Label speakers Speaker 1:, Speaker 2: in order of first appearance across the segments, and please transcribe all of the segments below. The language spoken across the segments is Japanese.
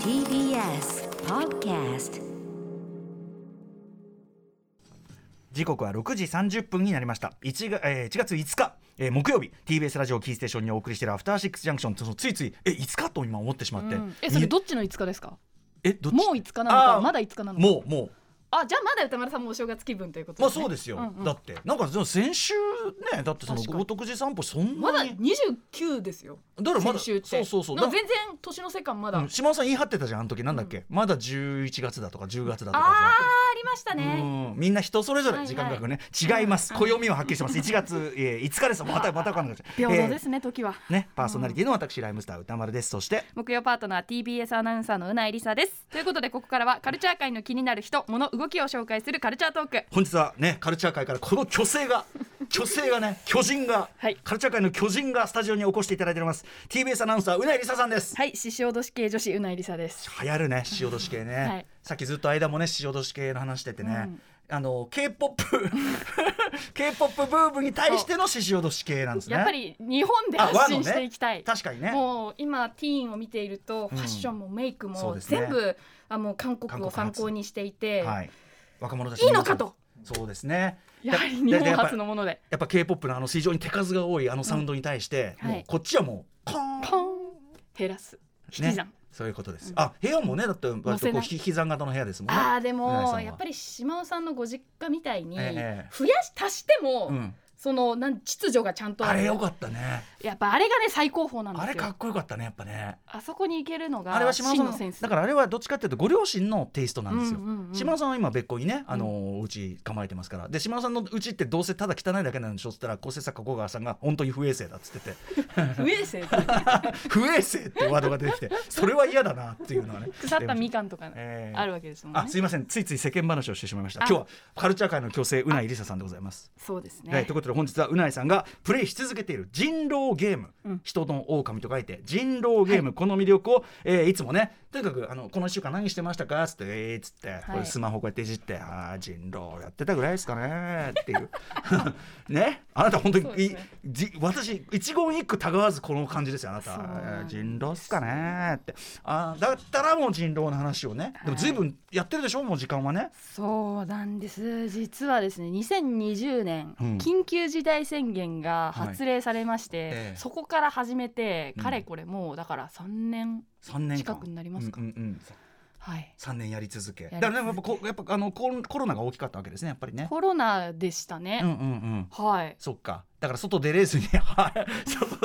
Speaker 1: TBS Podcast
Speaker 2: 時刻は6時30分になりました 1, が、えー1月5日、えー木曜日 TBS ラジオキーステーションにお送りしている「アフターシックスジャンクション」そのついついえ5日と今思ってしまって、
Speaker 3: うんえそれどっちの5日ですか
Speaker 2: えどっち
Speaker 3: もう5日なの
Speaker 2: あ
Speaker 3: か
Speaker 2: ー
Speaker 3: まだ5日なのか
Speaker 2: もうもう
Speaker 3: あじゃあまだ歌丸さんもお正月気分ということ
Speaker 2: まあ
Speaker 3: ね
Speaker 2: そうですよ、
Speaker 3: んうん
Speaker 2: だってなんかでも先週ねだってその
Speaker 3: 確かに
Speaker 2: 豪徳寺散歩そん
Speaker 3: ま
Speaker 2: な
Speaker 3: だ
Speaker 2: に
Speaker 3: 29ですよ
Speaker 2: だからまだ
Speaker 3: 先週って
Speaker 2: そうそうそう
Speaker 3: なんか
Speaker 2: だ
Speaker 3: 全然年の瀬感まだ、
Speaker 2: うん島尾さん言い張ってたじゃんあの時なんだっけ、まだ11月だとか10月だと
Speaker 3: あ
Speaker 2: か
Speaker 3: ー
Speaker 2: さ
Speaker 3: ありましたね、
Speaker 2: うんみんな人それぞ
Speaker 3: はい
Speaker 2: れ
Speaker 3: はい
Speaker 2: 時間隔ね、違います暦ははっきりしてます1月、えー5日ですまたまた分かんなくなっちゃう
Speaker 4: 平等で
Speaker 2: え
Speaker 4: すね、時は
Speaker 2: ーねパーソナリティの私ライムスター歌丸ですそして
Speaker 4: 木曜パートナー TBS アナウンサーのうないりさですということでここからはカルチャー界の気になる人物動きを紹介するカルチャートーク
Speaker 2: 本日はねカルチャー界からこの巨星 が巨星がね巨人が、
Speaker 4: はい
Speaker 2: カルチャー界の巨人がスタジオに起こしていただいております TBS アナウンサーうないりささんです、
Speaker 4: はい獅子落とし系女子うないりさです
Speaker 2: 流行るね塩年系ね、
Speaker 4: はい
Speaker 2: さっきずっと間もね塩年系の話しててね、あの K-POP K-POP ブームに対しての塩年系なんですね
Speaker 4: やっぱり日本で
Speaker 2: あ和
Speaker 4: 発
Speaker 2: の
Speaker 4: 信
Speaker 2: ね
Speaker 4: していきたい、
Speaker 2: 確かにね
Speaker 4: もう今ティーンを見ているとフ
Speaker 2: ん
Speaker 4: ァッションもメイク
Speaker 2: そう
Speaker 4: も
Speaker 2: ですね
Speaker 4: 全部、あもう韓国
Speaker 2: 韓
Speaker 4: を参
Speaker 2: 国発
Speaker 4: 考にしていて、
Speaker 2: はい、若者たち
Speaker 4: いいのかと
Speaker 2: そうですね
Speaker 4: やはり日
Speaker 2: だだ
Speaker 4: 本
Speaker 2: やっぱ
Speaker 4: 初のもので
Speaker 2: やっぱ K-POP のあの非常に手数が多いあのサウンドに対して、
Speaker 4: うんはい
Speaker 2: もうこっちはもうコーン
Speaker 4: ポン減らす引き算、
Speaker 2: ね、そういうことです、あ部屋もねだって割とこう
Speaker 4: 乗せない
Speaker 2: ひ膝型の部屋ですもんね
Speaker 4: あーで
Speaker 2: うなぎさんは
Speaker 4: もやっぱり島尾さんのご実家みたいに増
Speaker 2: ええ
Speaker 4: やし足しても、
Speaker 2: うん、
Speaker 4: そのなん秩序がちゃんと
Speaker 2: あ
Speaker 4: ある
Speaker 2: れよかったね
Speaker 4: やっぱあれがね最高峰なんです
Speaker 2: あ
Speaker 4: よ
Speaker 2: れかっこよかったねやっぱね
Speaker 4: あそこに行けるのが
Speaker 2: あれは島
Speaker 4: 真
Speaker 2: 田さん
Speaker 4: のセンス
Speaker 2: だからあれはどっちかっていうとご両親のテイストなんですよ、
Speaker 4: うんうんうん
Speaker 2: 島田さんは今別個にねあのーお家構えてますからで島田さんのうちってどうせただ汚いだけなんでしょっつったら構成作家小川さんが本当に不衛生だっつってて
Speaker 4: 不衛生
Speaker 2: 不衛生ってワードが出てきてそれは嫌だなっていうのはね
Speaker 4: 腐ったみかんとか
Speaker 2: ええ
Speaker 4: あるわけですもんね、
Speaker 2: あすいませんついつい世間話をしてしまいました
Speaker 4: あ
Speaker 2: 今日はカルチャー界の巨星うないりささんでございます
Speaker 4: そうですね、
Speaker 2: はい、ということで本日はうないさんがプレイし続けている人狼ゲーム、人の狼と書いて人狼ゲーム、この魅力を、えーいつもねとにかくあのこの1週間何してましたかっつって「えー」っつって、これスマホこうやっていじって「ああ人狼やってたぐらいですかね」っていう ねあなた本当に、いじ私一言一句たがわずこの感じですよあなた
Speaker 4: そうなん
Speaker 2: 「
Speaker 4: です
Speaker 2: 人狼っすかね」ってあーだったらもう人狼の話をねでも随分やってるでしょもう時間はね。
Speaker 4: そうなんです実はですね2020年、
Speaker 2: うん
Speaker 4: 緊急事態宣言が発令されまして、
Speaker 2: ええ
Speaker 4: そこから始めて、
Speaker 2: うん
Speaker 4: かれこれもうだから3年
Speaker 2: 3年間
Speaker 4: 近くになりますか
Speaker 2: うんうんうん
Speaker 4: はい
Speaker 2: 三年やり続け。だ
Speaker 4: り続け
Speaker 2: からでもやっぱこやっぱあのコロコロナが大きかったわけですねやっぱりね。
Speaker 4: コロナでしたね
Speaker 2: うんう、んうん。
Speaker 4: はい
Speaker 2: そっか。だから外出れずにはい。 外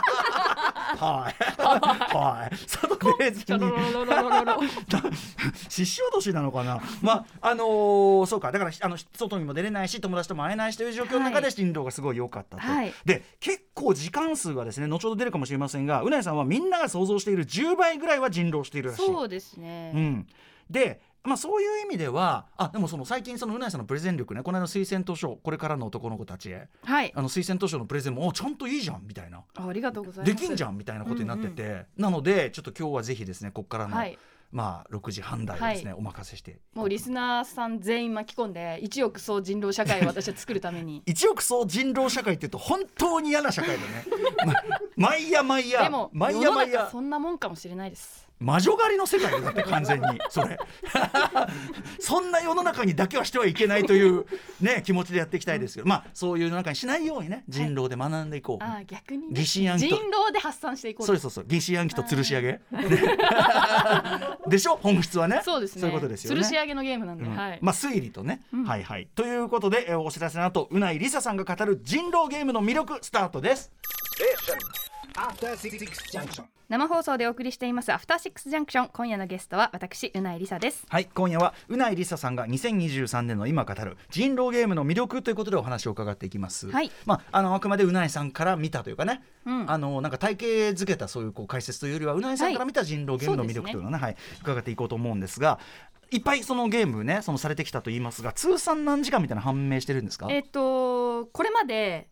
Speaker 2: はいはい。外出れず
Speaker 4: ロ
Speaker 2: に。
Speaker 4: ロロロロロロ
Speaker 2: 獅子落としなのかな。まああのーそうか。だからあの外にも出れないし友達とも会えないしという状況の中
Speaker 4: は
Speaker 2: で振動がすごい良かったと。
Speaker 4: はい
Speaker 2: で結構時間数がですね後ほど出るかもしれませんが、うなえさんはみんなが想像している10倍ぐらいは人狼しているらしい。
Speaker 4: そうですね、
Speaker 2: うん、で、まあ、そういう意味ではあでもその最近そのうなえさんのプレゼン力ねこの間の推薦図書これからの男の子たちへ
Speaker 4: はい
Speaker 2: あの推薦図書のプレゼンもおちゃんといいじゃんみたいな
Speaker 4: あありがとうございます
Speaker 2: できんじゃんみたいなことになってて、なのでちょっと今日はぜひですねここからの、
Speaker 4: はい
Speaker 2: まあ、6時半台をですね、お任せして
Speaker 4: もうリスナーさん全員巻き込んで一億総人狼社会を私は作るために
Speaker 2: 一億総人狼社会っていうと本当に嫌な社会だね ま毎夜毎夜
Speaker 4: でも世
Speaker 2: 毎
Speaker 4: の
Speaker 2: 夜毎
Speaker 4: 中
Speaker 2: 夜
Speaker 4: そんなもんかもしれないです
Speaker 2: 魔女狩りの世界だって完全にそれ そんな世の中にだけはしてはいけないという、ね、気持ちでやっていきたいですけど、まあそういう世の中にしないようにね人狼で学んでいこう、
Speaker 4: ああ逆に、
Speaker 2: 疑心暗鬼
Speaker 4: 人
Speaker 2: と
Speaker 4: 狼で発散していこう
Speaker 2: そうで
Speaker 4: と
Speaker 2: すそうそう疑心暗鬼と吊るし上げで でしょ本質はね
Speaker 4: そうですね
Speaker 2: そういうことですよね
Speaker 4: 吊るし上げのゲームなんで、
Speaker 2: うん
Speaker 4: はい、
Speaker 2: まあ推理とね、
Speaker 4: ん
Speaker 2: はいはいということで、えーお知らせの後うないりささんが語る人狼ゲームの魅力スタートです
Speaker 4: 生放送でお送りしていますアフターシックスジャンクション今夜のゲストは私うないりさです
Speaker 2: はい今夜はうないりささんが2023年の今語る人狼ゲームの魅力ということでお話を伺っていきます、
Speaker 4: はい
Speaker 2: まあ、あのあくまでうないさんから見たというかね、
Speaker 4: うん
Speaker 2: あのなんか体系づけたそういうこう解説というよりはうないさんから見た人狼ゲームの魅力というのをね,、はい伺っていこうと思うんですがいっぱいそのゲームねそのされてきたと言いますが通算何時間みたいなの判明してるんですか、
Speaker 4: えっ、とこれまで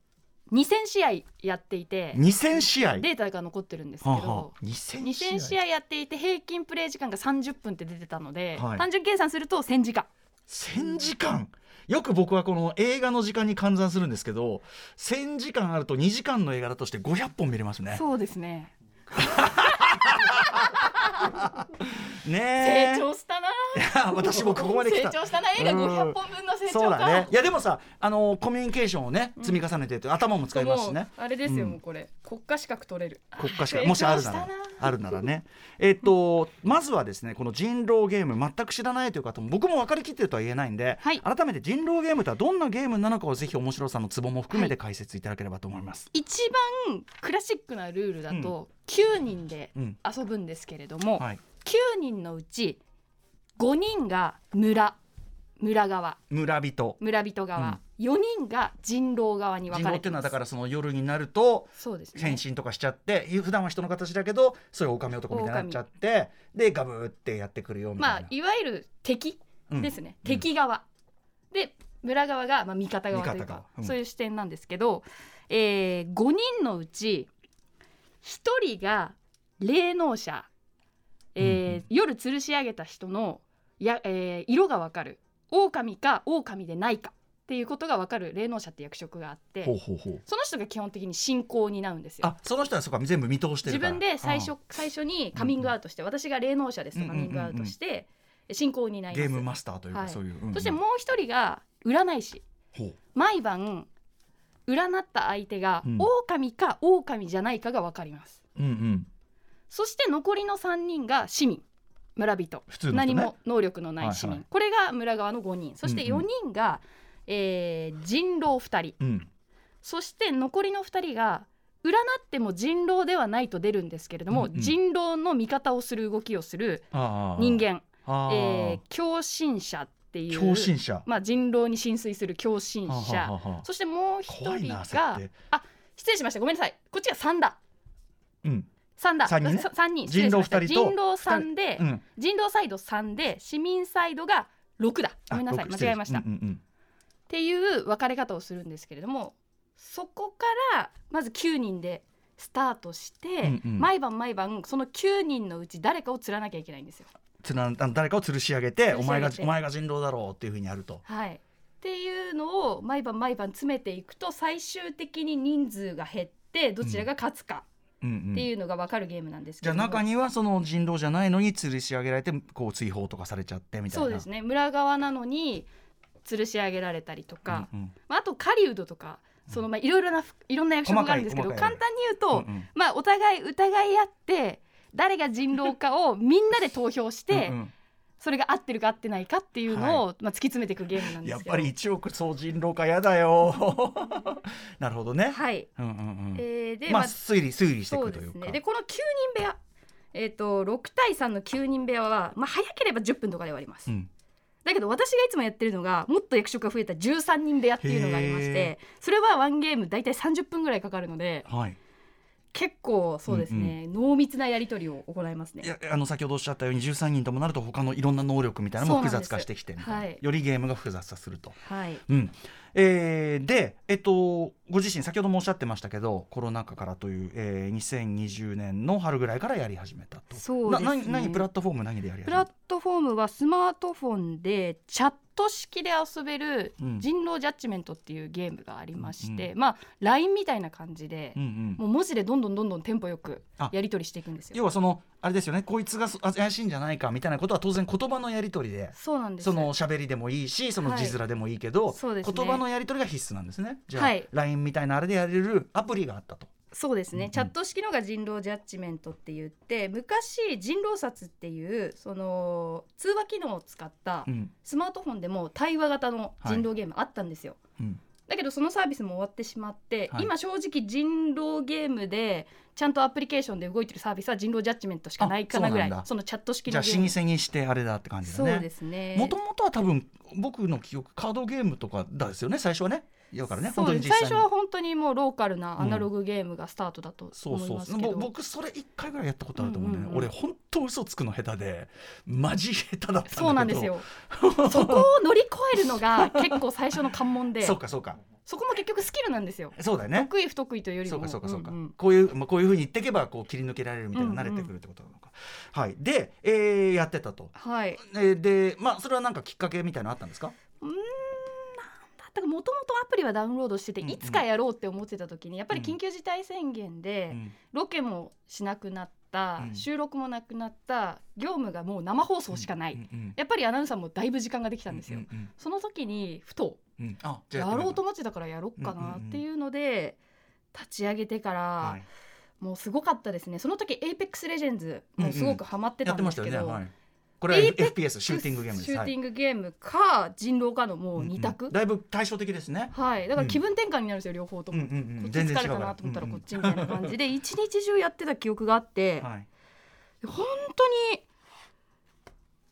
Speaker 4: 2000試合やっていて
Speaker 2: 2000試合
Speaker 4: データが残ってるんですけど、
Speaker 2: はあはあ、2000
Speaker 4: 2000試合やっていて平均プレイ時間が30分って出てたので、
Speaker 2: はい
Speaker 4: 単純計算すると1000時間
Speaker 2: 1000時間よく僕はこの映画の時間に換算するんですけど1000時間あると2時間の映画だとして500本見れますね
Speaker 4: そうですね
Speaker 2: ねえ
Speaker 3: 成長したな
Speaker 2: 私もここまで来た
Speaker 3: 成長したな映画
Speaker 2: うん
Speaker 3: 500本分の成
Speaker 2: そう
Speaker 3: 長
Speaker 2: だ
Speaker 3: か、
Speaker 2: ねいやでもさあのコミュニケーションをね積み重ねてって、頭も使いますしね
Speaker 3: もうあれですよ、
Speaker 2: うん
Speaker 3: もうこれ国家資格取れる
Speaker 2: 国家資
Speaker 3: 成
Speaker 2: 格
Speaker 3: 長
Speaker 2: もしあるなら
Speaker 3: したな
Speaker 2: あるならねえっとまずはですねこの人狼ゲーム全く知らないという方も僕も分かりきってるとは言えないんで、
Speaker 4: はい
Speaker 2: 改めて人狼ゲームとはどんなゲームなのかをぜひ面白さのツボも含めて解説いただければと思います。
Speaker 4: 一番クラシックなルールだと9人で
Speaker 2: うん
Speaker 4: 遊ぶんですけれども、
Speaker 2: はい、
Speaker 4: 9人のうち5人が村村側
Speaker 2: 村人
Speaker 4: 村人側、4人が人狼側に
Speaker 2: 人
Speaker 4: 分か
Speaker 2: 狼っ
Speaker 4: れ
Speaker 2: て
Speaker 4: て
Speaker 2: いうの
Speaker 4: ま
Speaker 2: は
Speaker 4: す
Speaker 2: だからその夜になると
Speaker 4: そうです
Speaker 2: 変
Speaker 4: ね
Speaker 2: 身とかしちゃって普段は人の形だけどそういう狼男みたいになっちゃってでガブーってやってくるよみた
Speaker 4: ま
Speaker 2: い
Speaker 4: あ
Speaker 2: な。
Speaker 4: いわゆる敵
Speaker 2: うん
Speaker 4: ですね、
Speaker 2: うん
Speaker 4: 敵側で村側が、まあ、味方側という
Speaker 2: 味方側
Speaker 4: か、
Speaker 2: うん
Speaker 4: そういう視点なんですけど、えー、5人のうち1人が霊能者、えー夜吊るし上げた人のや、えー色がわかる狼か狼でないかっていうことがわかる霊能者って役職があって
Speaker 2: ほうほうほう
Speaker 4: その人が基本的に信仰を担うんですよ。
Speaker 2: あその人はそうか全部見通して
Speaker 4: 自
Speaker 2: るから
Speaker 4: 分で最初
Speaker 2: あ
Speaker 4: 最初にカミングアウトして、私が霊能者ですとカミングアウトして、信仰を担いま
Speaker 2: あ
Speaker 4: す
Speaker 2: ゲームマスターというか、
Speaker 4: はい
Speaker 2: そういう、うん
Speaker 4: そしてもう一人が占い師
Speaker 2: ほう
Speaker 4: 毎晩占った相手が
Speaker 2: うん
Speaker 4: 狼か狼じゃないかが分かります、
Speaker 2: うんうん
Speaker 4: そして残りの3人が市民村人、
Speaker 2: 普通の人、ね、
Speaker 4: 何も能力のない市民、
Speaker 2: はいはい
Speaker 4: これが村側の5人そして
Speaker 2: うんう
Speaker 4: 4
Speaker 2: ん
Speaker 4: 人が、えー人狼2人
Speaker 2: うん
Speaker 4: そして残りの2人が占っても人狼ではないと出るんですけれども、
Speaker 2: うんうん
Speaker 4: 人狼の味方をする動きをする
Speaker 2: ああ
Speaker 4: 人間、
Speaker 2: ああ
Speaker 4: えー、狂信者っていう
Speaker 2: 狂信者
Speaker 4: まあ、人狼に浸水する狂信者
Speaker 2: はあはあはあ
Speaker 4: そしてもう一
Speaker 2: 怖い
Speaker 4: 人
Speaker 2: な
Speaker 4: が
Speaker 2: 設定
Speaker 4: 失礼しましたごめんなさいこっちが3だ
Speaker 2: うん
Speaker 4: 3だ
Speaker 2: 三人ね
Speaker 4: そ三人
Speaker 2: 人狼二人と
Speaker 4: 失礼しました人狼三で、
Speaker 2: うん
Speaker 4: 人狼サイド3で市民サイドが6だごめんなさい
Speaker 2: あ僕
Speaker 4: 間違えました、
Speaker 2: 失礼うん
Speaker 4: っていう分かれ方をするんですけれどもそこからまず9人でスタートして、
Speaker 2: うんうん
Speaker 4: 毎晩毎晩その9人のうち誰かを釣らなきゃいけないんですよ。
Speaker 2: つな誰かを吊るし上げて
Speaker 4: 吊るし上げ
Speaker 2: お
Speaker 4: て
Speaker 2: 前がお前が人狼だろうっていうふうにやると
Speaker 4: はい、っていうのを毎晩毎晩詰めていくと最終的に人数が減ってどちらが勝つか
Speaker 2: うんうん
Speaker 4: っていうのが分かるゲームなんですけ
Speaker 2: じゃ
Speaker 4: れ
Speaker 2: あ
Speaker 4: ども、
Speaker 2: 中にはその人狼じゃないのに吊るし上げられてこう追放とかされちゃってみたいな
Speaker 4: そうですね村側なのに吊るし上げられたりとか、
Speaker 2: うんうん
Speaker 4: まあ、あと狩人とかそのまあいろいろなふいろんな役職があるんですけど
Speaker 2: 細かい
Speaker 4: 簡
Speaker 2: 細
Speaker 4: 単に言うと、
Speaker 2: うんうん
Speaker 4: まあ、お互い疑い合って誰が人狼かをみんなで投票して、
Speaker 2: うん
Speaker 4: それが合ってるか合ってないかっていうのを、まあ、突き詰めていくゲームな
Speaker 2: うんん
Speaker 4: で
Speaker 2: やっ
Speaker 4: すけど
Speaker 2: ぱり1億総人狼かやだよ なるほどね、
Speaker 4: はい、
Speaker 2: うんうんうん
Speaker 4: えーで、
Speaker 2: まあ
Speaker 4: まあ
Speaker 2: 推理推理してい
Speaker 4: そう
Speaker 2: く
Speaker 4: で
Speaker 2: という
Speaker 4: す
Speaker 2: か
Speaker 4: ねでこの9人部屋えー、と6対3の9人部屋は、まあ、早ければ10分とかで終わります、
Speaker 2: うん
Speaker 4: だけど私がいつもやってるのがもっと役職が増えた13人部屋っていうのがありまし
Speaker 2: へ
Speaker 4: てそれはワンゲーム大体30分ぐらいかかるので
Speaker 2: はい
Speaker 4: 結構そうですね、濃密なやり取りを行いますね
Speaker 2: いやあの先ほどおっしゃったように13人ともなると他のいろんな能力みたいなのも
Speaker 4: そうな
Speaker 2: 複
Speaker 4: んです
Speaker 2: 雑化してきてみたいな
Speaker 4: はい
Speaker 2: よりゲームが複雑化すると。
Speaker 4: はい
Speaker 2: うんえーで、えっと、ご自身先ほどもおっしゃってましたけどコロナ禍からという、えー、2020年の春ぐらいからやり始めたと。
Speaker 4: そうですね
Speaker 2: な何何プラットフォーム何でやり始
Speaker 4: プ
Speaker 2: めた
Speaker 4: ラットフォームはスマートフォンでチャット式で遊べる
Speaker 2: うん
Speaker 4: 人狼ジャッジメントっていうゲームがありまして、
Speaker 2: う
Speaker 4: まあ LINE みたいな感じで、
Speaker 2: うんうん
Speaker 4: もう文字でどんどんどんどんテンポよく
Speaker 2: あ
Speaker 4: やり取りしていくんですよ。
Speaker 2: 要はそのあれですよねこいつがそあ怪しいんじゃないかみたいなことは当然言葉のやり取りで
Speaker 4: そうなんです。
Speaker 2: その喋りでもいいしその字面でもいいけど、
Speaker 4: はいそうですね
Speaker 2: 言葉のやり取りが必須なんですねじゃあ、
Speaker 4: はい
Speaker 2: LINE みたいなあれでやれるアプリがあったと。
Speaker 4: そうですね、
Speaker 2: うん
Speaker 4: チャット式のが人狼ジャッジメントって言って昔人狼殺っていうその通話機能を使った
Speaker 2: うん
Speaker 4: スマートフォンでも対話型の人狼ゲームあったんですよ、
Speaker 2: うん
Speaker 4: だけどそのサービスも終わってしまって、
Speaker 2: はい
Speaker 4: 今正直人狼ゲームでちゃんとアプリケーションで動いてるサービスは人狼ジャッジメントしかないかなぐら
Speaker 2: あ
Speaker 4: い
Speaker 2: そうなん
Speaker 4: そ
Speaker 2: だ
Speaker 4: のチャット式
Speaker 2: じゃあ
Speaker 4: のゲ
Speaker 2: 老
Speaker 4: ーム
Speaker 2: 舗にしてあれだって感じだ
Speaker 4: そ
Speaker 2: ね。
Speaker 4: うですね
Speaker 2: もともとは多分僕の記憶カードゲームとかだですよね最初はねだからね
Speaker 4: そうです
Speaker 2: に
Speaker 4: 最初は本当にもうローカルなアナログゲームがスタートだと
Speaker 2: そう
Speaker 4: 思い
Speaker 2: そう
Speaker 4: ますけど、
Speaker 2: ぼ僕それ一回ぐらいやったことあると思うんだよね、
Speaker 4: うんうんうん
Speaker 2: 俺本当嘘つくの下手でマジ下手だったんだけど
Speaker 4: そうなんですよそこを乗り越えるのが結構最初の関門 で
Speaker 2: そうかそうか
Speaker 4: そこも結局スキルなんですよ
Speaker 2: そうだよね
Speaker 4: 得意不得意というよりも
Speaker 2: そうかそうかそうか、
Speaker 4: んん
Speaker 2: こういう、まあ、こういうふうに言っていけばこう切り抜けられるみたいな慣れてくるってことなのか、はいで、えーやってたと
Speaker 4: はい
Speaker 2: えーでまあそれはなんかきっかけみたいなのあったんですか
Speaker 4: うーんなんだっだからもともとアプリはダウンロードしてて、
Speaker 2: うんうん
Speaker 4: いつかやろうって思ってた時にやっぱり緊急事態宣言で、
Speaker 2: うん
Speaker 4: ロケもしなくなった、
Speaker 2: うん
Speaker 4: 収録もなくなった業務がもう生放送しかない、
Speaker 2: うんうんうん
Speaker 4: やっぱりアナウンサーもだいぶ時間ができたんですよ、
Speaker 2: うんうん
Speaker 4: その時にふと
Speaker 2: うんうんあじゃ
Speaker 4: や
Speaker 2: あや
Speaker 4: ろ
Speaker 2: ろ
Speaker 4: う
Speaker 2: う
Speaker 4: と
Speaker 2: と
Speaker 4: 思ってたからやろっかなっていうので、立ち上げてから、
Speaker 2: はい
Speaker 4: もうすごかったですねその時 APEX レジェンズもすごくハマって
Speaker 2: や
Speaker 4: た
Speaker 2: っ
Speaker 4: ん
Speaker 2: てま
Speaker 4: で
Speaker 2: し
Speaker 4: す
Speaker 2: た
Speaker 4: け
Speaker 2: よ
Speaker 4: ど、
Speaker 2: ねはいこれは
Speaker 4: APEX
Speaker 2: FPS シューティングゲームです
Speaker 4: シュー
Speaker 2: は
Speaker 4: テ
Speaker 2: い
Speaker 4: ィングゲームか人狼かのもう二択、
Speaker 2: うんうんだいぶ対照的ですね
Speaker 4: はいだから気分転換になるんですよ、両方と
Speaker 2: うんう
Speaker 4: も、
Speaker 2: んうん
Speaker 4: こっち
Speaker 2: 全
Speaker 4: 疲れ
Speaker 2: 然違う
Speaker 4: た
Speaker 2: から
Speaker 4: なと思ったら
Speaker 2: うんう
Speaker 4: こっ
Speaker 2: ん
Speaker 4: ちみたいな感じで一日中やってた記憶があっ て、
Speaker 2: はい
Speaker 4: 本当に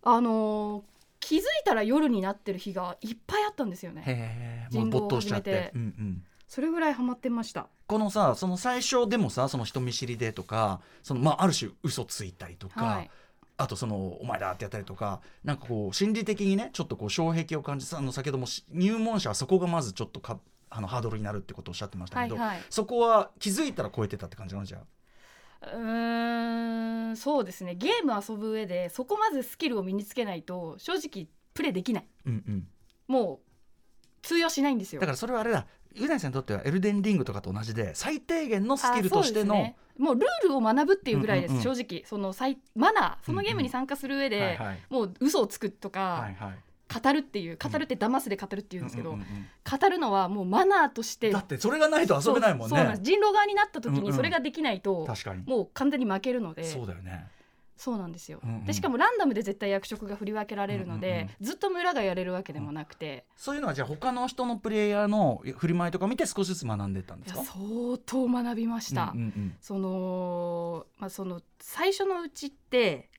Speaker 4: あのー気づいたら夜になってる日がいっぱいあったんですよね
Speaker 2: へえもう
Speaker 4: 人狼
Speaker 2: 没頭
Speaker 4: を
Speaker 2: しちゃっ
Speaker 4: 始め
Speaker 2: て
Speaker 4: て
Speaker 2: うんうん
Speaker 4: それぐらいハマってました
Speaker 2: このさその最初でもさその人見知りでとかそのまあある種嘘ついたりとか、
Speaker 4: はい
Speaker 2: あとその「お前だ」ってやったりとかなんかこう心理的にねちょっとこう障壁を感じたあの先ほどもし入門者はそこがまずちょっとかあのハードルになるってことをおっしゃってました
Speaker 4: は
Speaker 2: け
Speaker 4: い
Speaker 2: ど、
Speaker 4: はい
Speaker 2: そこは気づいたら超えてたって感じなのじゃあ
Speaker 4: うーんそうですねゲーム遊ぶ上でそこまずスキルを身につけないと正直プレイできない
Speaker 2: うんうん、
Speaker 4: もう通用しないんですよ
Speaker 2: だからそれはあれだうなぎさんにとってはエルデンリングとかと同じで最低限のスキルとしての、
Speaker 4: あそうですねもうルールを学ぶっていうぐらいです、
Speaker 2: うんうんうん
Speaker 4: 正直その最マナーそのゲームに参加する上で、
Speaker 2: はいはい
Speaker 4: もう嘘をつくと
Speaker 2: は
Speaker 4: か、
Speaker 2: いはい
Speaker 4: 語るっていう語るって騙すで語るって言うんですけど、
Speaker 2: うんうんうん
Speaker 4: 語るのはもうマナーとして
Speaker 2: だってそれがないと遊べないもん
Speaker 4: そうそうなん
Speaker 2: ね
Speaker 4: です人狼側になった時
Speaker 2: うんう
Speaker 4: に
Speaker 2: ん
Speaker 4: それができないと、
Speaker 2: 確かに、
Speaker 4: もう完全に負けるので
Speaker 2: そうだよね
Speaker 4: そうなんですよ、
Speaker 2: うんうん
Speaker 4: でしかもランダムで絶対役職が振り分けられるので、
Speaker 2: うんうん
Speaker 4: ずっと村がやれるわけでもなくて、
Speaker 2: そういうのはじゃあ他の人のプレイヤーの振る舞いとか見て少しずつ学んでったんで
Speaker 4: い
Speaker 2: す
Speaker 4: や
Speaker 2: か
Speaker 4: 相当学びました、
Speaker 2: うんうんうん
Speaker 4: そのまあその最初のうちって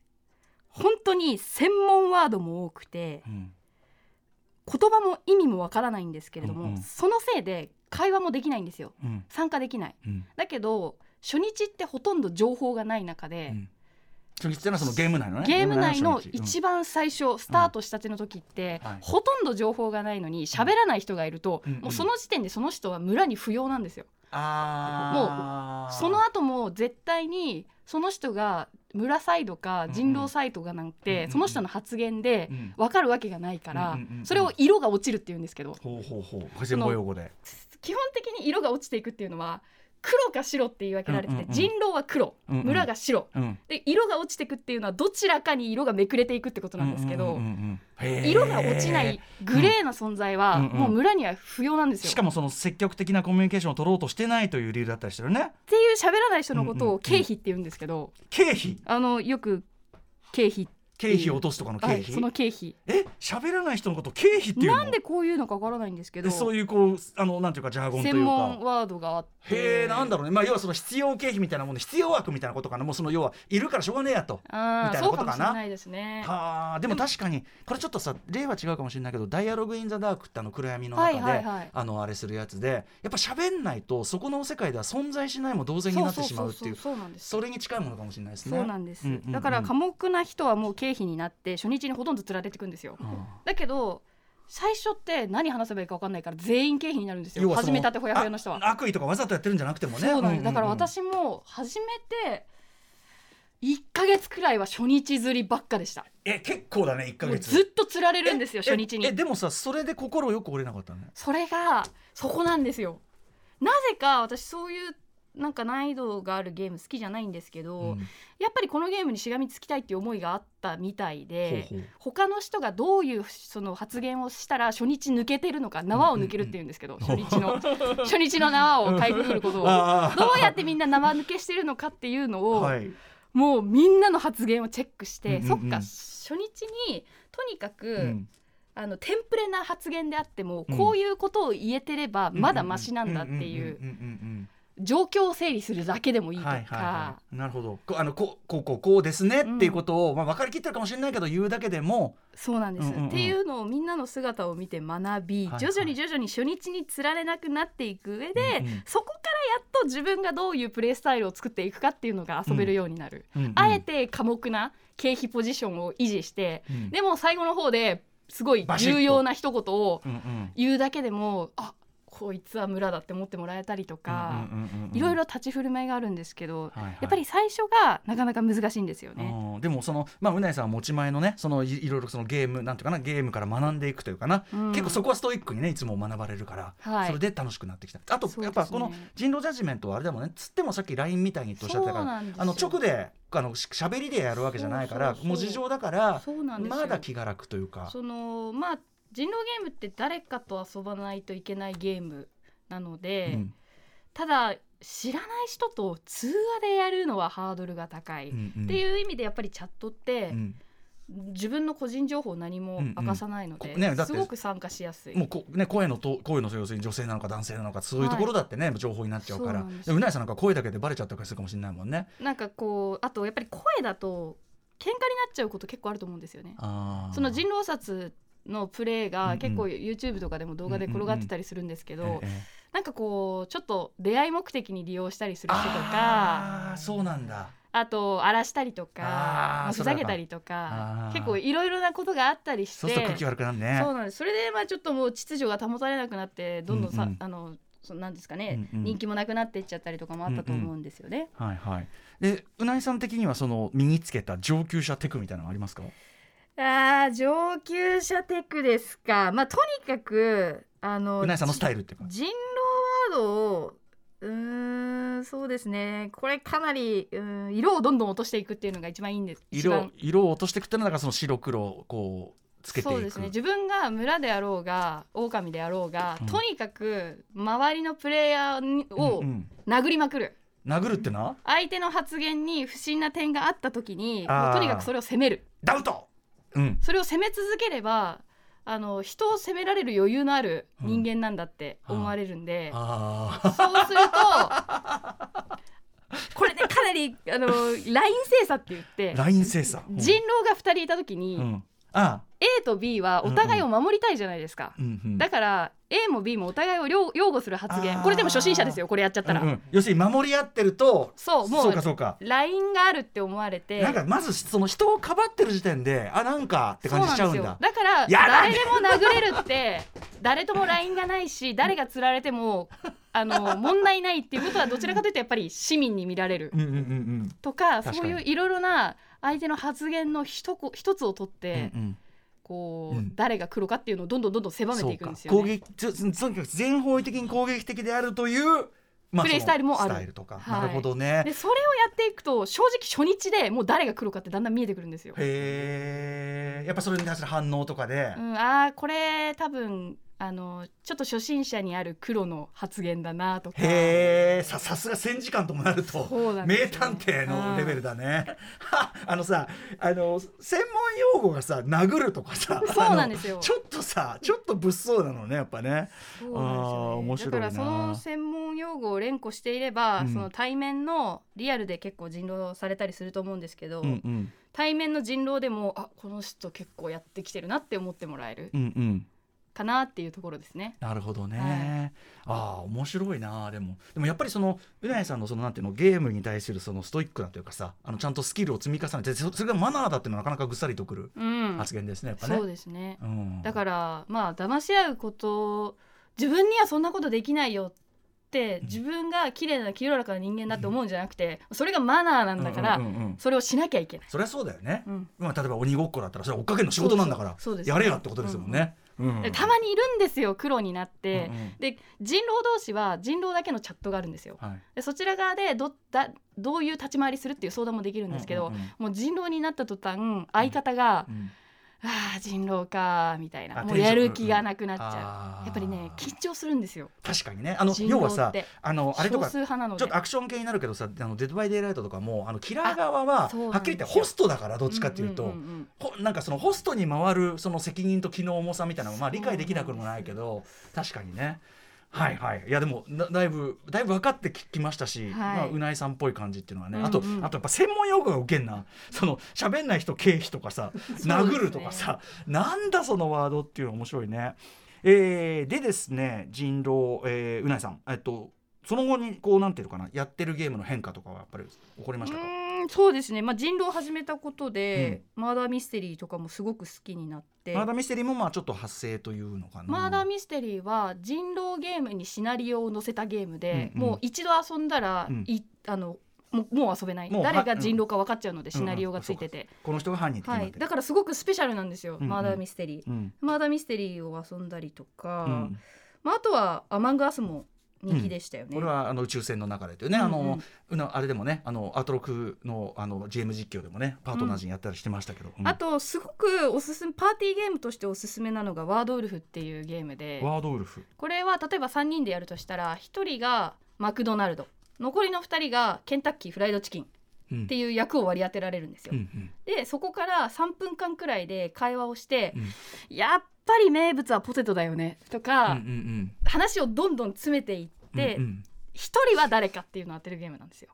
Speaker 4: 本当に専門ワードも多くて
Speaker 2: うん
Speaker 4: 言葉も意味もわからないんですけれども、
Speaker 2: うんうん
Speaker 4: そのせいで会話もできないんですよ
Speaker 2: うん
Speaker 4: 参加できない
Speaker 2: うん
Speaker 4: だけど初日ってほとんど情報がない中で、
Speaker 2: うん初日っていうのはそのゲーム内のね
Speaker 4: ゲーム内の
Speaker 2: ゲーム初日
Speaker 4: 一番最初、スタートしたての時って、
Speaker 2: うんはい
Speaker 4: ほとんど情報がないのに喋らない人がいると、
Speaker 2: うん
Speaker 4: もうその時点でその人は村に不要なんですよ。
Speaker 2: うんあー
Speaker 4: その後も絶対にその人が村サイドか
Speaker 2: んうん
Speaker 4: 人狼サイドかなんて、
Speaker 2: うんうん
Speaker 4: その人の発言で
Speaker 2: うん
Speaker 4: 分かるわけがないから、
Speaker 2: うんうんうん
Speaker 4: それを色が落ちるっていうんですけど
Speaker 2: ほうほうほう専門用語で
Speaker 4: 基本的に色が落ちていくっていうのは黒か白って言い分けられてて、
Speaker 2: うんうんうん
Speaker 4: 人狼は黒
Speaker 2: うんうん
Speaker 4: 村が白
Speaker 2: うん
Speaker 4: で色が落ちていくっていうのはどちらかに色がめくれていくってことなんですけ
Speaker 2: うんう
Speaker 4: ど。
Speaker 2: んうんうんへー
Speaker 4: 色が落ちないグレーな存在は
Speaker 2: うんうん
Speaker 4: もう村には不要なんですよ。
Speaker 2: しかもその積極的なコミュニケーションを取ろうとしてないという理由だったりしてるね
Speaker 4: っていう喋らない人の
Speaker 2: う
Speaker 4: こと
Speaker 2: んうんう
Speaker 4: を
Speaker 2: ん
Speaker 4: 経費って言うんですけど、
Speaker 2: 経費
Speaker 4: あのよく経費、
Speaker 2: 経費を落とすとかの経
Speaker 4: は
Speaker 2: 費
Speaker 4: い、その経費。
Speaker 2: え喋らない人のことを経費っていうの
Speaker 4: なんでこういうのかわからないんですけど、
Speaker 2: えそういうこうあのなんていうかジャーゴンという
Speaker 4: 専
Speaker 2: か
Speaker 4: 門ワードがあって、
Speaker 2: へえなんだろうねまあ要はその必要経費みたいなもの必要枠みたいなことかなもうその要はいるからしょうがねえやと。
Speaker 4: あ
Speaker 2: み
Speaker 4: ー
Speaker 2: たいな
Speaker 4: そ
Speaker 2: こ
Speaker 4: う
Speaker 2: と
Speaker 4: か
Speaker 2: かな
Speaker 4: もしれないですね。
Speaker 2: はあでも確かにこれちょっとさ例は違うかもしれないけど「ダイアログ・イン・ザ・ダーク」ってあの暗闇の中で、
Speaker 4: はいはいはい
Speaker 2: あのあれするやつでやっぱ喋んないとそこの世界では存在しないも同然に
Speaker 4: そ
Speaker 2: な
Speaker 4: う
Speaker 2: って
Speaker 4: そう
Speaker 2: しま
Speaker 4: そうう
Speaker 2: ってい
Speaker 4: そううそうなんです。
Speaker 2: それに近いものかもしれないですね。
Speaker 4: そうなんです、
Speaker 2: うんうんうん
Speaker 4: だから寡黙な人はもう経費になって初日にほとんど連れてくんですよ。
Speaker 2: うん
Speaker 4: だけど最初って何話せばいいか分かんないから全員経費になるんです
Speaker 2: 要
Speaker 4: よ
Speaker 2: はその
Speaker 4: 始めたてほやほやの人は。
Speaker 2: あ悪意とかわざとやってるんじゃなくてもね
Speaker 4: そうなんです、だから
Speaker 2: うんうんうん
Speaker 4: 私も始めて1か月くらいは初日釣りばっかでした
Speaker 2: え結構だね1ヶ
Speaker 4: もう
Speaker 2: 月
Speaker 4: ずっと釣られるんですよ
Speaker 2: え
Speaker 4: 初日
Speaker 2: え
Speaker 4: に
Speaker 2: でもさそれで心よく折れなかったね
Speaker 4: それがそこなんですよなぜか私そういうなんか難易度があるゲーム好きじゃないんですけど、
Speaker 2: うん
Speaker 4: やっぱりこのゲームにしがみつきたいっていう思いがあったみたいで
Speaker 2: ほうほう
Speaker 4: 他の人がどういうその発言をしたら初日抜けてるのか縄を抜けるっていうんですけど、初 日の初日の縄をかいくぐることをど
Speaker 2: あ
Speaker 4: うやってみんな縄抜けしてるのかっていうの
Speaker 2: あ
Speaker 4: を、
Speaker 2: はい
Speaker 4: もうみんなの発言をチェックして、
Speaker 2: うんうんうん
Speaker 4: そっか初日にとにかく、
Speaker 2: うん
Speaker 4: あのテンプレな発言であっても、
Speaker 2: うん
Speaker 4: こういうことを言えてればまだマシなんだっていうん
Speaker 2: ん
Speaker 4: 状況を整理するだけでもい
Speaker 2: うん
Speaker 4: いとか、
Speaker 2: はいはいはいなるほどこうあのこうこうこうこうですねっていうことを、まあ、分かりきってるかもしれないけど言うだけでも
Speaker 4: そうなんです、
Speaker 2: うんうんうん
Speaker 4: っていうのをみんなの姿を見て学び、
Speaker 2: はいはい
Speaker 4: 徐々に徐々に初日につられなくなっていく上で、
Speaker 2: うんうん
Speaker 4: そこからやっと自分がどういうプレースタイルを作っていくかっていうのが遊べるようになる、あえ、て寡黙な経費ポジションを維持して、
Speaker 2: うんうん
Speaker 4: でも最後の方ですごい重要な一言を
Speaker 2: うんうん
Speaker 4: 言うだけでもあこいつは村だって思ってもらえたりとか、
Speaker 2: うんうんうんうん
Speaker 4: いろいろ立ち振る舞いがあるんですけど、
Speaker 2: はいはい
Speaker 4: やっぱり最初がなかなか難しいんですよね。
Speaker 2: うんでもそのまあうないさんは持ち前のねそのいいろいろそのゲームなんていうかなゲームから学んでいくというかな、
Speaker 4: うん
Speaker 2: 結構そこはストイックにねいつも学ばれるから、
Speaker 4: はい
Speaker 2: それで楽しくなってきたあと、
Speaker 4: そう
Speaker 2: や
Speaker 4: で
Speaker 2: っぱ
Speaker 4: すね
Speaker 2: この人狼ジャッジメントはあれだもんねつってもさっき LINE みたいにとおっしゃってたか
Speaker 4: そう
Speaker 2: ら
Speaker 4: なんですよ
Speaker 2: あの直であのししゃべりでやるわけじゃないから
Speaker 4: そうそうそう
Speaker 2: もう事情だから
Speaker 4: そうなんですよ
Speaker 2: まだ気が楽というか。
Speaker 4: そのまあ人狼ゲームって誰かと遊ばないといけないゲームなので、
Speaker 2: うん
Speaker 4: ただ知らない人と通話でやるのはハードルが高い、
Speaker 2: う
Speaker 4: っ
Speaker 2: んうん
Speaker 4: ていう意味でやっぱりチャットって、
Speaker 2: うん
Speaker 4: 自分の個人情報何も明かさないの
Speaker 2: う
Speaker 4: で、
Speaker 2: んうんこねだって
Speaker 4: すごく参加しやすい。
Speaker 2: もうこね、声のと声の要するに女性なのか男性なのかそういうところだってね、情報になっちゃうから
Speaker 4: そうなんです
Speaker 2: でうなえさんなんか声だけでバレちゃったりするかもしれないもんね。
Speaker 4: なんかこうあとやっぱり声だと喧嘩になっちゃうこと結構あると思うんですよね。
Speaker 2: あー
Speaker 4: その人狼殺のプ
Speaker 2: う
Speaker 4: レイ
Speaker 2: んう
Speaker 4: が
Speaker 2: ん
Speaker 4: 結構 YouTube とかでも動画で転がってたりするんですけど、
Speaker 2: ええ
Speaker 4: なんかこうちょっと出会い目的に利用したりする人とかあ
Speaker 2: ああーそうなんだ
Speaker 4: と荒らしたりとか
Speaker 2: あー
Speaker 4: まあ
Speaker 2: そ
Speaker 4: ふ
Speaker 2: れは
Speaker 4: ざ
Speaker 2: やっぱ
Speaker 4: けたりとか
Speaker 2: あー
Speaker 4: 結構いろいろなことがあったりして
Speaker 2: そうすると空気悪くなるね
Speaker 4: そうなんですそれでまあちょっともう秩序が保たれなくなってどんどんさ、
Speaker 2: うんうん
Speaker 4: あのそなんですかね、
Speaker 2: うんうん
Speaker 4: 人気もなくなっていっちゃったりとかもあったと思うんですよね。
Speaker 2: はいはいでうなぎさん的にはその身につけた上級者テクみたいなのありますか
Speaker 4: あー上級者テクですか、まあ、とにかくあの
Speaker 2: うなぎさんのスタイルっていうか
Speaker 4: 人狼ワードをうーんそうですねこれかなりうーん色をどんどん落としていくっていうのが一番いいんです一
Speaker 2: 色
Speaker 4: 番
Speaker 2: 色を落としていくっていうのはなんかその白黒をこうつけていく
Speaker 4: そうですね自分が村であろうが狼であろうが、
Speaker 2: うん
Speaker 4: とにかく周りのプレイヤーにを
Speaker 2: うんうん
Speaker 4: 殴りまくる、
Speaker 2: 殴るってな
Speaker 4: 相手の発言に不審な点があった時に
Speaker 2: あー
Speaker 4: もうとにかくそれを責める
Speaker 2: ダウトうん
Speaker 4: それを責め続ければあの人を責められる余裕のある人間なんだって思われるんで、
Speaker 2: ああ
Speaker 4: そうすると これでかなりあのライン精査って言って
Speaker 2: ライン精査
Speaker 4: 人狼が2人いた時に、
Speaker 2: うんうんあ
Speaker 4: A と B はお互いを守りたいじゃないですか。
Speaker 2: ーうんうん
Speaker 4: だから A も B もお互いを擁擁護する発
Speaker 2: あ
Speaker 4: 言
Speaker 2: ー
Speaker 4: これでも初心者ですよこれやっちゃったら、
Speaker 2: うんうん要するに守り合ってると
Speaker 4: そうも
Speaker 2: そううかそうか
Speaker 4: LINE があるって思われて
Speaker 2: なんかまずその人をかばってる時点であなんかって感じしちゃうん
Speaker 4: そ
Speaker 2: だ
Speaker 4: なんですよだから
Speaker 2: やだ
Speaker 4: 誰でも殴れるって 誰とも LINE がないし誰が釣られても あの問題ないっていうことはどちらかというとやっぱり市民に見られる
Speaker 2: うんうんうんうん
Speaker 4: とか
Speaker 2: 確
Speaker 4: そ
Speaker 2: か
Speaker 4: う
Speaker 2: に
Speaker 4: いういろいろな相手の発言の一こ一つを取って、
Speaker 2: うんうん
Speaker 4: こう、
Speaker 2: うん
Speaker 4: 誰が黒かっていうのをどんどんどんどん狭めていくんですよ、
Speaker 2: そうか
Speaker 4: ね。
Speaker 2: 攻撃つつとにかく全方位的に攻撃的であるという、ま
Speaker 4: プレイ
Speaker 2: その
Speaker 4: スタイルもある
Speaker 2: スタイルとか、
Speaker 4: はい
Speaker 2: なるほどね。
Speaker 4: でそれをやっていくと正直初日でもう誰が黒かってだんだん見えてくるんですよ。
Speaker 2: へえ。やっぱそれに対する反応とかで
Speaker 4: う、ん、あーこれ多分あのちょっと初心者にある黒の発言だなとか。
Speaker 2: へえ。ささすが戦時間ともなると。
Speaker 4: そうなんです
Speaker 2: 名
Speaker 4: よ
Speaker 2: 探偵のレベルだね。は あのさ、あの専門用語がさ、殴るとかさ、
Speaker 4: そうなんです
Speaker 2: あ
Speaker 4: よ
Speaker 2: のちょっとさ、ちょっと物騒なのね、やっぱね。
Speaker 4: そうなんですよね
Speaker 2: あー面白いな
Speaker 4: だからその専門用語を連呼していれば、
Speaker 2: うん
Speaker 4: その対面のリアルで結構人狼されたりすると思うんですけど、
Speaker 2: うんうん
Speaker 4: 対面の人狼でもあこの人結構やってきてるなって思ってもらえる
Speaker 2: うんうん。
Speaker 4: かなっていうところですね。
Speaker 2: なるほどね。ああ面白いなでもでもやっぱりそのうなえさんのそのなんていうのゲームに対するそのストイックなというかさあのちゃんとスキルを積み重ねてそそれがマナーだっていうのはなかなかぐっさりとくる
Speaker 4: うん、
Speaker 2: 発言ですねやっぱね。
Speaker 4: そうですね。
Speaker 2: うん
Speaker 4: だからまあ騙し合うこと自分にはそんなことできないよって自分が綺麗な清らかな人間だって思うんじゃなくてそれがマナーなんだから、
Speaker 2: うんうんうんうん
Speaker 4: それをしなきゃいけない。
Speaker 2: そりゃそうだよね。
Speaker 4: うん
Speaker 2: まあ例えば鬼ごっこだったらそれは追っかけの仕事なんだから
Speaker 4: そうですそうです
Speaker 2: やれやってことですもんね。うん
Speaker 4: でたまにいるんですよ黒になって、
Speaker 2: うんうん
Speaker 4: で人狼同士は人狼だけのチャットがあるんですよ
Speaker 2: はい
Speaker 4: でそちら側でどだどういう立ち回りするっていう相談もできるんですけど、
Speaker 2: うんうんうん
Speaker 4: もう人狼になった途端相方が
Speaker 2: うん
Speaker 4: 「ああ人狼か」みたい
Speaker 2: あ
Speaker 4: なも
Speaker 2: テ
Speaker 4: う
Speaker 2: ンション
Speaker 4: やる気がなくなっち
Speaker 2: うん
Speaker 4: ゃ
Speaker 2: あー
Speaker 4: うやっぱりね緊張するんですよ
Speaker 2: 確かにねあの
Speaker 4: 人
Speaker 2: 要
Speaker 4: 狼
Speaker 2: は
Speaker 4: って
Speaker 2: さあのあれと
Speaker 4: 少
Speaker 2: か
Speaker 4: 数派なの
Speaker 2: ちょ
Speaker 4: で
Speaker 2: っとアクション系になるけどさあのデッドバイデイライトとかもあのキラー側ははっ
Speaker 4: あそうなん
Speaker 2: きり言ってホストだからどっちかっていうと。
Speaker 4: んんんん
Speaker 2: ほなんかそのホストに回るその責任と気の重さみたいなのはまあ理解できなくもないけど確かにねはいはいいやでもだだいぶだいぶ分かって聞きましたし、まあ、うなえさんっぽい感じっていうのはね、あと
Speaker 4: うんうん
Speaker 2: あとやっぱ専門用語がウケんなその喋んない人経費とかさ、殴るとかさなんだそのワードっていうの面白いね。えーでですね人狼、えーうなえさんえっとその後にこうなんていうのかなやってるゲームの変化とかはやっぱり起こりま
Speaker 4: う
Speaker 2: したか
Speaker 4: ーんんそうですね、まあ、人狼を始めたことで、マーダーミステリーとかもすごく好きになって
Speaker 2: マーダーミステリーもまあちょっと発生というのかな
Speaker 4: マーダーミステリーは人狼ゲームにシナリオを載せたゲームで、
Speaker 2: うんうん
Speaker 4: もう一度遊んだら、
Speaker 2: うん
Speaker 4: いあのもうもう遊べない
Speaker 2: もう
Speaker 4: 誰
Speaker 2: は
Speaker 4: が人狼か分かっちゃうので、シナリオがついてて、
Speaker 2: この人が犯人って決
Speaker 4: は
Speaker 2: まっ
Speaker 4: い、
Speaker 2: て
Speaker 4: だ
Speaker 2: る
Speaker 4: からすごくスペシャルなんですよ、
Speaker 2: うんうん
Speaker 4: マーダーミステリー。
Speaker 2: うん
Speaker 4: マーダーミステリーを遊んだりとか、
Speaker 2: うん
Speaker 4: まあ、あとは「アマングアス」も人気でしたよね。
Speaker 2: これはあの宇宙船の中でというね、あ
Speaker 4: うんう
Speaker 2: の
Speaker 4: ん
Speaker 2: うなあれでもねあのアトロクのあの GM 実況でもねパートナー陣やったりしてましたけど、うん
Speaker 4: あとすごくおすすめパーティーゲームとしておすすめなのが「ワードウルフ」っていうゲームで
Speaker 2: ワードウルフ
Speaker 4: これは例えば3人でやるとしたら1人がマクドナルド残りの2人がケンタッキーフライドチキンっ
Speaker 2: ってい
Speaker 4: いう役を割り当てられるんですよ。
Speaker 2: うん
Speaker 4: でそこから3分間くらいで会話をして
Speaker 2: うん
Speaker 4: 「やっぱり名物はポテトだよね」と
Speaker 2: うん
Speaker 4: か、
Speaker 2: うんうん
Speaker 4: 話をどんどん詰めていっ
Speaker 2: うん
Speaker 4: て、
Speaker 2: うん
Speaker 4: 1人は誰かっていうのを当てるゲームなんですよ。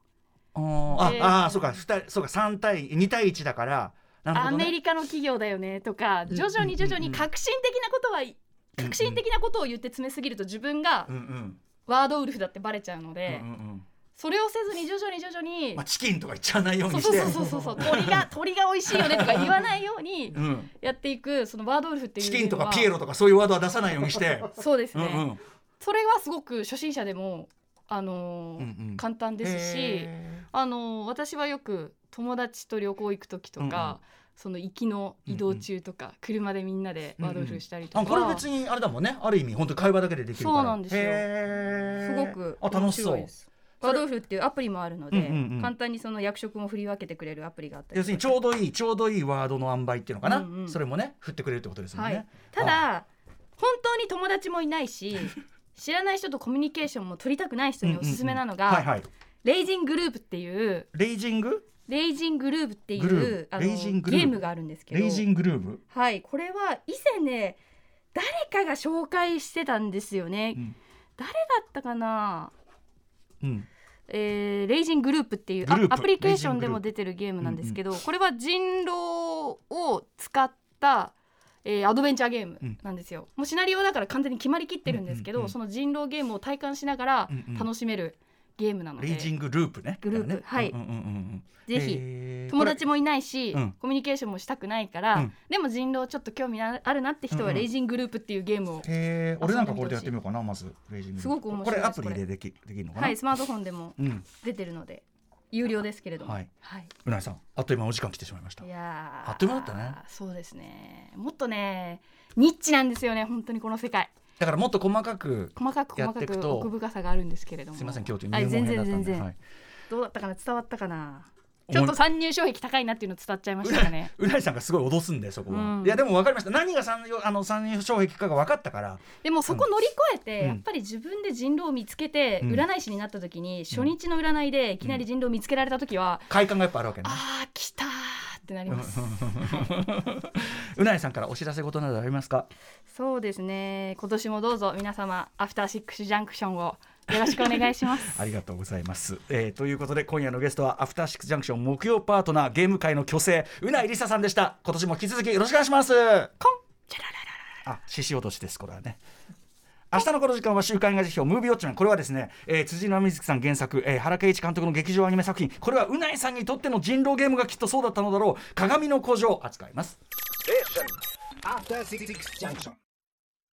Speaker 2: うんあー
Speaker 4: で
Speaker 2: ああーそうか二人そうか三対二対一だからなるほ
Speaker 4: ア
Speaker 2: ど、ね、
Speaker 4: メリカの企業だよねとか
Speaker 2: うん
Speaker 4: 徐々に徐々
Speaker 2: う
Speaker 4: に
Speaker 2: んうん
Speaker 4: 革新的なことはい
Speaker 2: うん
Speaker 4: 革新的なことを言って詰めすぎると自分が
Speaker 2: うんうん
Speaker 4: ワードウルフだってバレちゃうの
Speaker 2: うんう
Speaker 4: で
Speaker 2: ん
Speaker 4: それをせずに徐々に徐々
Speaker 2: う
Speaker 4: に
Speaker 2: んまあチキンとか言っちゃわないよう
Speaker 4: そう
Speaker 2: に
Speaker 4: そ
Speaker 2: し
Speaker 4: う
Speaker 2: て
Speaker 4: そうそうそう鳥が鳥が美味しいよねとか言わないように
Speaker 2: うん
Speaker 4: やっていくそのワードウルフっていう
Speaker 2: チ
Speaker 4: ゲー
Speaker 2: キ
Speaker 4: ム
Speaker 2: ンとか
Speaker 4: は
Speaker 2: ピエロとかそういうワードは出さないようにして
Speaker 4: そうです
Speaker 2: うんう
Speaker 4: ね
Speaker 2: ん
Speaker 4: それはすごく初心者でもあの
Speaker 2: うんうん
Speaker 4: ー簡単ですし
Speaker 2: へ
Speaker 4: あのー私はよく友達と旅行行く時と
Speaker 2: うんうん
Speaker 4: かその行きの移動中とか車でみんなでワードウルフしたり
Speaker 2: ー
Speaker 4: と
Speaker 2: あこれ
Speaker 4: か
Speaker 2: 別にあれだもんねある意味本当に会話だけでできるから
Speaker 4: そうなんですよ
Speaker 2: す
Speaker 4: すごく
Speaker 2: あ楽しそ
Speaker 4: 面白
Speaker 2: う
Speaker 4: いですワードウルフっていうアプリもあるので、
Speaker 2: うんうんうん
Speaker 4: 簡単にその役職も振り分けてくれるアプリがあったり
Speaker 2: 要するにちょうどいいちょうどいいワードの塩梅っていうのかな、
Speaker 4: うんうん
Speaker 2: それもね振ってくれるってことですもんね、
Speaker 4: はいただ本当に友達もいないし知らない人とコミュニケーションも取りたくない人におすすめなのが、
Speaker 2: はいはい
Speaker 4: レイジングループっていう
Speaker 2: レイジング
Speaker 4: レイジングループってい
Speaker 2: グルー
Speaker 4: う
Speaker 2: プ
Speaker 4: あの
Speaker 2: レイジングループ
Speaker 4: ゲームがあるんですけど
Speaker 2: レイジングルーブ
Speaker 4: はいこれは以前ね誰かが紹介してたんですよね、
Speaker 2: うん
Speaker 4: 誰だったかな
Speaker 2: うん
Speaker 4: えーレイジングループっていうあ
Speaker 2: グループ
Speaker 4: アプリケーションでも出てるゲームなんですけど、これは人狼を使った、えーアドベンチャーゲームなんですよ、もうシナリオだから完全に決まりきってるんですけど、
Speaker 2: うんうんうん
Speaker 4: その人狼ゲームを体感しながら
Speaker 2: うんうん
Speaker 4: 楽しめるゲームなので、
Speaker 2: レイジングループね
Speaker 4: グループ
Speaker 2: だからね
Speaker 4: はい
Speaker 2: うんうんうんうん
Speaker 4: ぜひ
Speaker 2: えー
Speaker 4: 友達もいないし、
Speaker 2: うん
Speaker 4: コミュニケーションもしたくないから、
Speaker 2: うん
Speaker 4: でも人狼ちょっと興味なあるなって人
Speaker 2: うんう
Speaker 4: は
Speaker 2: ん
Speaker 4: レイジングループっていうゲームを
Speaker 2: こ、れへー俺なんかこれでやってみようかなまずレイジングループ
Speaker 4: すごく面白いで
Speaker 2: こ
Speaker 4: す
Speaker 2: れアプリでできできるのかな
Speaker 4: はい、スマートフォンでも
Speaker 2: うん
Speaker 4: 出てるので有料ですけれども、
Speaker 2: はい
Speaker 4: いう
Speaker 2: なぎさんあっという間お時間来てしまいました
Speaker 4: いやー
Speaker 2: あっという間だったね
Speaker 4: そうですねもっとねニッチなんですよね本当にこの世界
Speaker 2: だからもっと細かく
Speaker 4: 細かく
Speaker 2: や
Speaker 4: 細
Speaker 2: って
Speaker 4: か
Speaker 2: いく
Speaker 4: く
Speaker 2: と
Speaker 4: 奥深さがあるんですけれども
Speaker 2: すいません今日という
Speaker 4: はい全然全然、
Speaker 2: はい
Speaker 4: どうだったかな伝わったかな
Speaker 2: 思い
Speaker 4: ちょっと参入障壁高いなっていうの伝わっちゃいましたかね
Speaker 2: うなぎさんがすごい脅すんでそこは、
Speaker 4: うん
Speaker 2: いやでも分かりました何が三あの三人障壁かが分かったから
Speaker 4: でもそこ乗り越えて、
Speaker 2: うん
Speaker 4: やっぱり自分で人狼を見つけて、
Speaker 2: うん
Speaker 4: 占い師になった時に初日の占いでいきなり人狼を見つけられた時は、
Speaker 2: 快感がやっぱあるわけね
Speaker 4: あー来たーってなります、
Speaker 2: うなえさんからお知らせ事などありますか。
Speaker 4: そうですね今年もどうぞ皆様アフターシックスジャンクションをよろしくお願いします
Speaker 2: ありがとうございます。えーということで、今夜のゲストはアフターシックスジャンクション木曜パートナーゲーム界の巨星。うなえりささんでした。今年も引き続きよろしくお願いします。
Speaker 4: コンチャララ
Speaker 2: あ、
Speaker 4: ラ
Speaker 2: 獅子落としです。これはね。明日のこの時間は週刊映画辞表ムービーウォッチマンこれはですね、えー、辻野瑞希さん原作、えー原敬一監督の劇場アニメ作品これはうないさんにとっての人狼ゲームがきっとそうだったのだろう鏡の古城扱います
Speaker 5: After Six Junction.